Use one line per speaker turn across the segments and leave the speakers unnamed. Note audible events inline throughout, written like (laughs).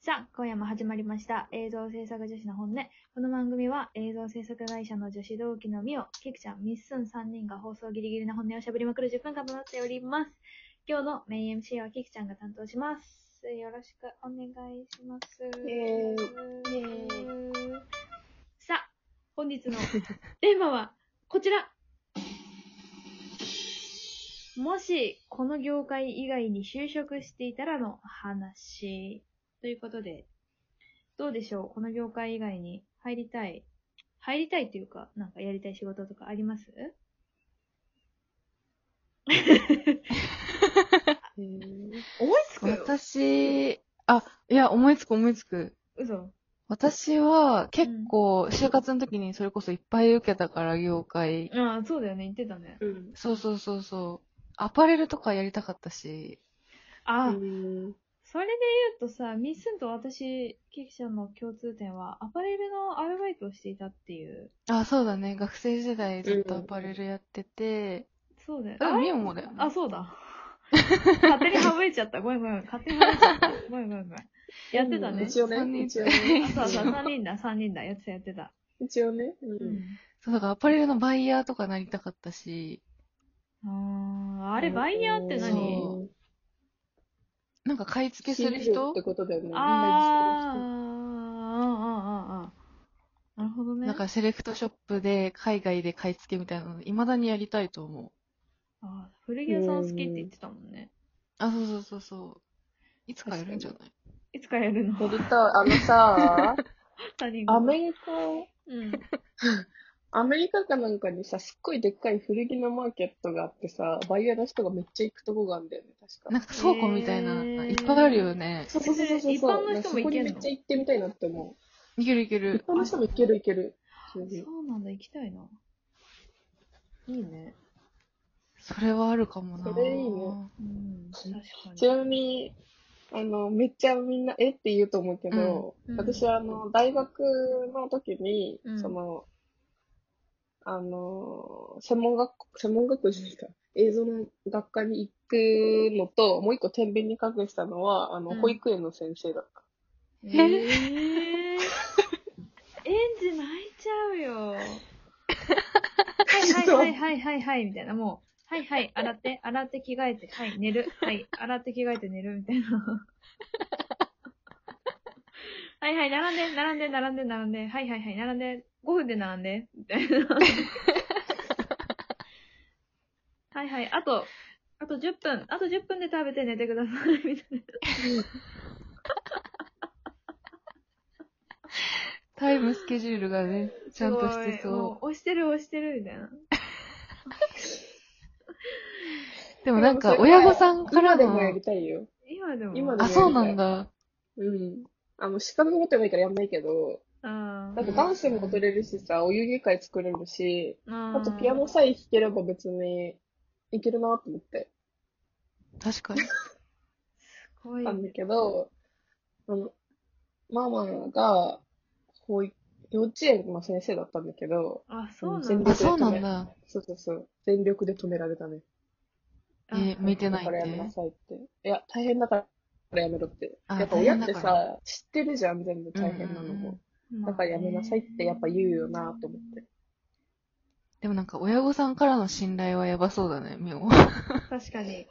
さあ、今夜も始まりました。映像制作女子の本音。この番組は映像制作会社の女子同期のミオ、キクちゃん、ミッスン3人が放送ギリギリな本音を喋りまくる10分間となっております。今日のメイン MC はキクちゃんが担当します。よろしくお願いします。
イエーイ
イエーイさあ、本 (laughs) 日のテーマはこちら。もし、この業界以外に就職していたらの話。ということで、どうでしょうこの業界以外に入りたい。入りたいというか、なんかやりたい仕事とかあります思いつくよ
私、あ、いや、思いつく思いつく。
嘘
私は結構、就活の時にそれこそいっぱい受けたから、業界。
ああ、そうだよね。言ってたね。
うん。
そうそうそうそう。アパレルとかやりたかったし。
ああ、
うん
それで言うとさ、ミッスンと私、ケキちゃんの共通点は、アパレルのアルバイトをしていたっていう。
あ、そうだね。学生時代ずっと
う
ア
ん
パレルやってて。
そうだよ。
あ、
あれ
ミオもだよね。
あ、そうだ。勝手に省いちゃった。ごめんごめん。勝手に省いちゃった。ごめんごめんごめん。やってたね。
一応ね
三人
一応ね
あ、そうそう、3人だ、3人だ。やってた、やってた。
(laughs) 一応ね。う。
うん
そう、だからアパレルのバイヤーとかなりたかったし。
ん。あーあれ、バイヤーって何
そなんか買い付けする
仕入れ
人
ってことだよね。
あー、あー、あー、あー、あー。なるほどね。
なんかセレクトショップで海外で買い付けみたいなの、未だにやりたいと思う。
あー古着屋さん好きって言ってたもんね。
あ、そうそうそうそう。いつかやるんじゃない
いつかやるの
やりたい人やりたい。 (laughs) あのさ、
他人
アメリカ、
うん。
アメリカかなんかにさ、すっごいでっかい古着のマーケットがあってさ、バイヤーの人がめっちゃ行くとこがあるんだよね、確
な
か。
んか倉庫みたいな、
えー
いっぱいあるよね。
そうそうそうそうそう。
一般の人も行けんの
そこにめっちゃ行ってみたいなって思う。
いけるいけ
一
る。
般の人も行ける行ける。正直
そうなんだ、行きたいな。いいね。
それはあるかもな。
それい
う
いね
ん、確
ち
かに。
なみに、あの、めっちゃみんな、えって言うと思うけど、
うんうん
私は、あの、大学の時に、
うん
その、あの、専門学校、専門学校じゃないか、映像の学科に行くのと、もう一個天秤にかけてたのは、あの、
うん
保育園の先生だっ
えー、園児泣いちゃうよ。はいはいはいはいはいはい、みたいな。もう、はいはい、洗って、洗って着替えて、はい、寝る。はい、洗って着替えて寝る、みたいな。はいはい、並んで、並んで、並んで、並んで、はいはいはい、並んで、5分で並んで、みたいな。はいはい、あと、あと10分、あと10分で食べて寝てください、みたいな。
タイムスケジュールがね、ちゃんとして
すごいも
そう
押してる押してるみたいな。
う。でもなんか
でもそれ
親御さん
た。
か
今
ら
で
の
も、やりたいよ。
今でも。
今で
あ、
も
そうなんだ。
うん。あの、資格持ってもいいからやんないけど、
うん。
だってダンスも踊れるしさ、お遊戯会作れるし、あ
あ
とピアノさえ弾ければ別にいけるなと思って (laughs)
確かに。
すごい
た。んだけど、あの、ママが、保育、幼稚園の先生だったんだけど、
あ、そうな
全
んだ
力
あ、
で。
そうなんだ。
そうそうそう、全力で止められたね。
え
あ
ー向いてな
だ
い
からやめ
ね
な。さいって。いや、大変だからやめろって。
あ
やっぱ親っ
大
て
変だから
さ、知ってるじゃん、全部大変なの
うんうんう
も
ん。
だからやめなさいってやっぱ言うよなと思って。。
でもなんか親御さんからの信頼はやばそうだね、みお。
まあね確かに。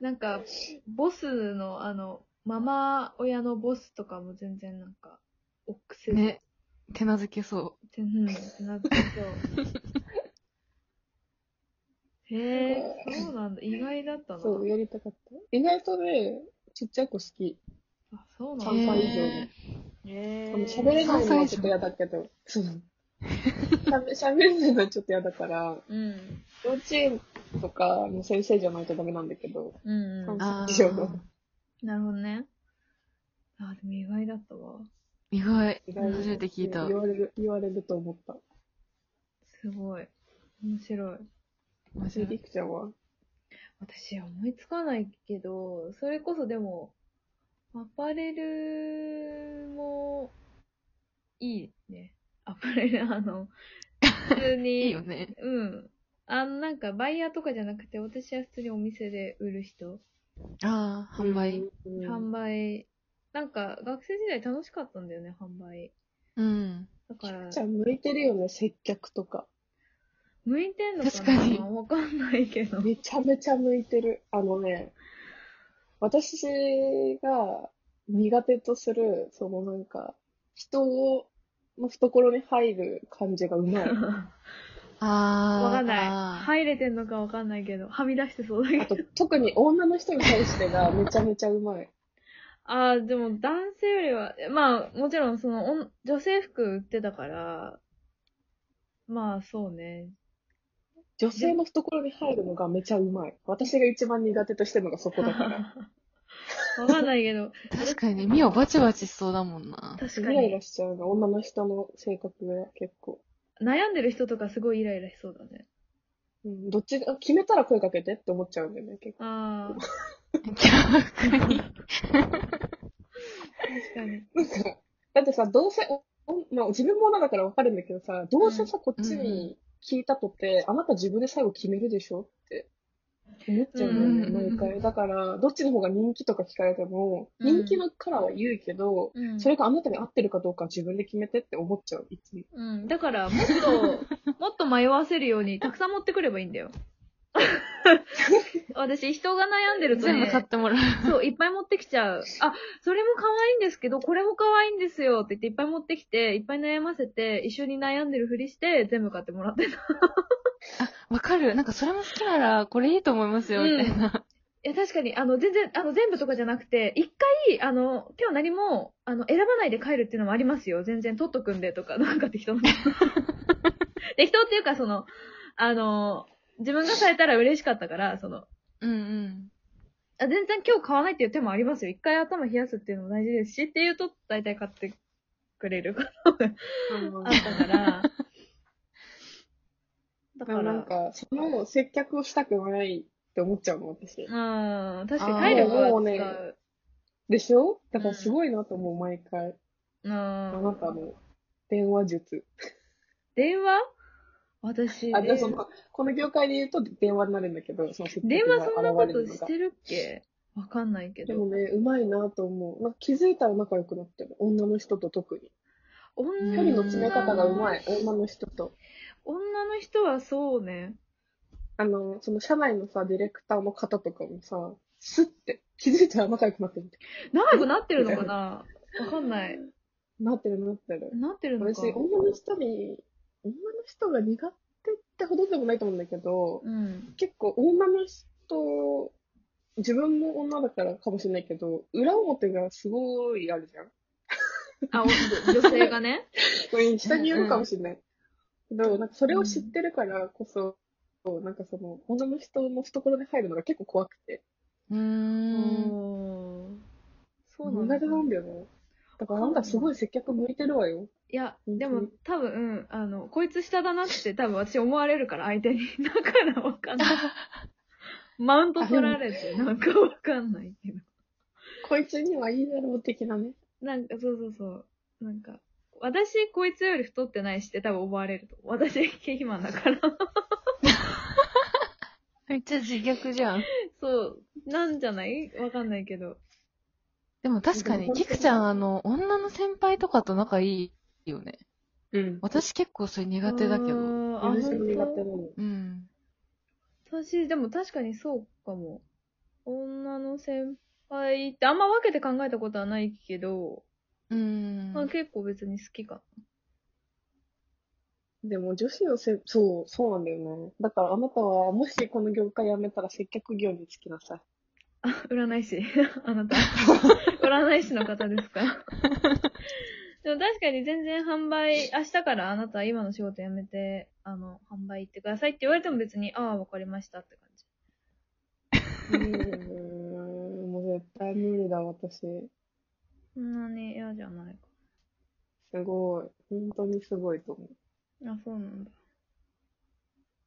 なんか、ボスの、あの、ママ親のボスとかも全然なんか、オックス
ね。 (laughs) 手なずけそ
うん、なってそう。へえ、そうなんだ。意外だったな。
そう、やりたかった。意外とね、ちっちゃい子好き。
あ、そう
う。
なん
3
だ。
歳以上に
へ
へ
で
え
も喋れないのはちょっと嫌だけど。そう。喋喋れないのはちょっと嫌だから、
うん。
幼稚園とかの先生じゃないとダメなんだけど、
うん、うん
3。
あー
歳以上の。
なるほどね。あ、でも意外だったわ。
ー意外。
意外に
初めて聞いた。
言われる、言われると思った。
すごい。面白い。
面白
ち
い
りくちゃんは。
私、思いつかないけど、それこそでも、アパレルも、いいね。アパレル、あの、普通に、
(laughs) いいよね。
うん。あの、なんか、バイヤーとかじゃなくて、私は普通にお店で売る人、
ああ、販売。
うん。
販売なんか、学生時代楽しかったんだよね、販売。
うん。
だから、
じゃあ向いてるよね、接客とか。
向いてんのかな
確かに
わかんないけ
(laughs)
ど。
めちゃめちゃ向いてる。あのね、私が苦手とする、そのなんか、人を、の懐に入る感じがう
(laughs)
まい。
あー。
わかんない。
あー
入れてんのかわかんないけど、はみ出してそうだけ
あ
ど。
と、特に女の人に対してがめちゃめちゃうまい。
ああ、でも男性よりは、まあ、もちろんその、おん女性服売ってたから、まあ、そうね。
女性の懐に入るのがめちゃうまい。私が一番苦手としてるのがそこだから。
わかんないけど、
確かに、ミオバチバチしそうだもん
(laughs)
な。
(laughs) 確
イ
か
ライ
に
ラ。しちゃうの、女の人の性格が結構。
悩んでる人とかすごいイライラしそうだね。
うん、どっちが、決めたら声かけてって思っちゃうんだよね、結構。
ああ、
逆に。
確かに。
なんか、だってさ、どうせ、おおまあ、自分も女だからわかるんだけどさ、どうせさ、こっちに聞いたとて、あなた自分で最後決めるでしょって思っちゃうんだよね、
うん
毎回。だから、どっちの方が人気とか聞かれても、
うん
人気のからは言うけど、
うん。
それがあなたに合ってるかどうかは自分で決めてって思っちゃう、いつも。
うん。だから、もっと、もっと迷わせるように、たくさん持ってくればいいんだよ。私、人が悩んでると
全部買っ
ね、
てもらう。
そう、いっぱい持ってきちゃう。あ、それも可愛いんですけど、これも可愛いんですよって言って、いっぱい持ってきて、いっぱい悩ませて、一緒に悩んでるふりして、全部買ってもらってた。
わかるなんかそれも好きなら、これいいと思いますよ、みたいな。
いや、確かに、あの、全然、あの、全部とかじゃなくて、一回、あの、今日何も、あの、選ばないで帰るっていうのもありますよ。全然、取っとくんで、とか、なんか適当な。適当っていうか、その、あの、自分がされたら嬉しかったから、その、
うんうん。
あ全然今日買わないっていう手もありますよ。一回頭冷やすっていうのも大事ですし、っていうと、大体買ってくれることがあった
(laughs)
から。だ
で
か
も
ら、
なんか、その接客をしたくないって思っちゃうの、私。
うん、確か
あ
に
ー
体力
も
は
うね
使う。
でしょだからすごいなと思う、毎回。
うん、
あなたの電話術。
電話私、
あ、じゃあ
電
その、この業界で言うと電話になるんだけど、その接客
電話そんなこ
が現れ
と
るの
し
が
てるっけわかんないけ
で
ど。
もね、うまいなと思う。なんか気づいたら仲良くなってる。女の人と特に。
女
距離の詰め方がうまい、女の人と。
女の人はそうね。
あの、その社内のさ、ディレクターの方とかもさ、スッて、気づいたら仲良くなってる。
長くなってるのかなわかんない。
なってるなってる。
なってるの
私、
か
女の人に、女の人が苦手ってほどでもないと思うんだけど、
うん。
結構女の人、自分も女だからかもしれないけど、裏表がすごいあるじゃん。
あ、お女性がね。
これ人によるかもしれない。けど、なんかそれを知ってるからこそ、なんかその、女の人の懐に入るのが結構怖くて。
うーん。
おーそうなん
苦手
だ。
なんだよね。だからなんかすごい接客向いてるわよ。
いや、
本当に
でも多分、あの、こいつ下だなって多分私思われるから相手に。だからわかん (laughs) ない。マウント取られて、なんかわかんないけど。
こいつにはいいだろう的なね。
なんか、そうそうそう。なんか、私、こいつより太ってないしって多分思われると。私、経肥満だから。
めっちゃ自虐じゃん。
(laughs) そう。なんじゃないわかんないけど。
でも確か
でも
に、
本当に
キクちゃん、あの、女の先輩とかと仲いいよね。
うん。
私結構それ苦手だけ
あ
ど。
ーあ、
私も苦手な
本
の。
うん。
当私、でも確かにそうかも。女の先輩ってあんま分けて考えたことはないけど、
う (laughs)
まあ
ん。
結構別に好きか
でも女子のせ、そう、そうなんだよね。だからあなたは、もしこの業界辞めたら接客業に就きなさい。
な。あ、占い師。 (laughs) あなた。占い師の方ですか (laughs) でも確かに全然販売、明日からあなたは今の仕事辞めて、あの、販売行ってくださいって言われても別に、ああ、わかりましたって感じ。
うーん、もう絶対無理だ、私。
そんなに嫌じゃないか。
すごい。本当にすごいと思う。
あ、そうなん (laughs)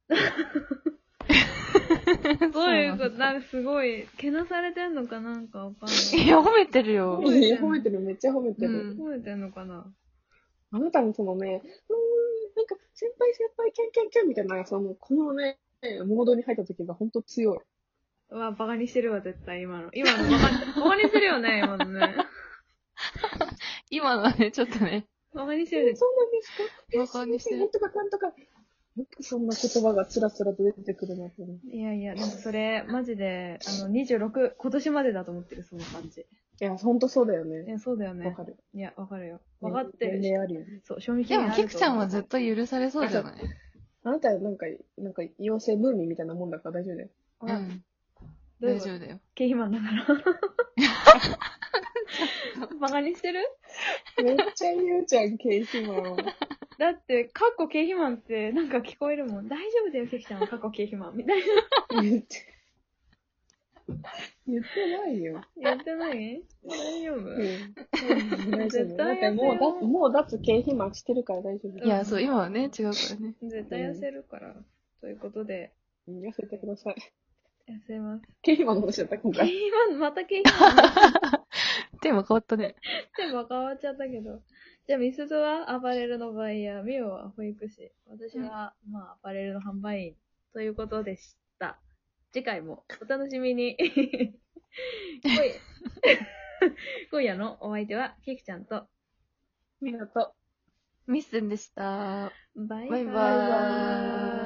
だ。どういうことなんかすごい、けなされてんのかなんかわかんない。
いや、褒めてるよ。
めてる
いや褒めてる、めっちゃ褒めてる。
うん
褒めてんのかな
あなたもそのね、うーん、なんか、先輩先輩、キャンキャンキャンみたいな、その、このね、モードに入った時が本当強い。
うわ、バカにしてるわ、絶対今の。今のバカに、バカにしてるよね、今のね。
今のはね、ちょっとね、
バカにして
そう
る
なん
で
です
す。
か
バカにして
なん
る。
とかかんとか。よくそんな言葉がつらつらと出てくるなと思って。
いやいや、でもそれ、マジで、あの、26、今年までだと思ってる、その感じ。
いや、ほんとそうだよね。
え、そうだよ
わ
ね
か。る。
いや、わかるよ。わかってる
年
し。
齢あるよね。
そう、賞味期
で
限
も、
ある
キクちゃんはずっと許されそうじゃない
あなたはなんか、なんか、妖精ブーミーみたいなもんだから大丈夫だよ。
と
う
思う。
ん。
どういう
大
こと
丈夫だよ。
経費マンだから。 (laughs) バカにしてる
めっちゃ言うじゃん、ケイシマン。
だって、カッコ経費マンってなんか聞こえるもん。大丈夫だよ、ケキちゃんはカッコ経費マン。みたいな。
言って。言ってないよ。
やってない大丈夫
うん大丈
絶
夫。だっ
対痩
て
せ
も
よ
う脱、もう脱経費マンしてるから大
う
丈
い
ん
夫。
や、そう、今はね、違うからね。
絶対痩せるから。ということで、
痩せてください。
痩せます。
経費マンの話だった、今
経費
回。
マン、また経費マンになっ
(laughs) テーマ変わったね。
ても変わっちゃったけど。じゃあ、ミスズはアパレルのバイヤー、ミオは保育士、私は、まあ、アパレルの販売員ということでした。次回もお楽しみ
(laughs)
に。 (laughs) 今 (laughs) 夜今夜のお相手は、ケキちゃんと、
ありがとう。
ミスンでした。
バイバ
バイ
イ。
バーイ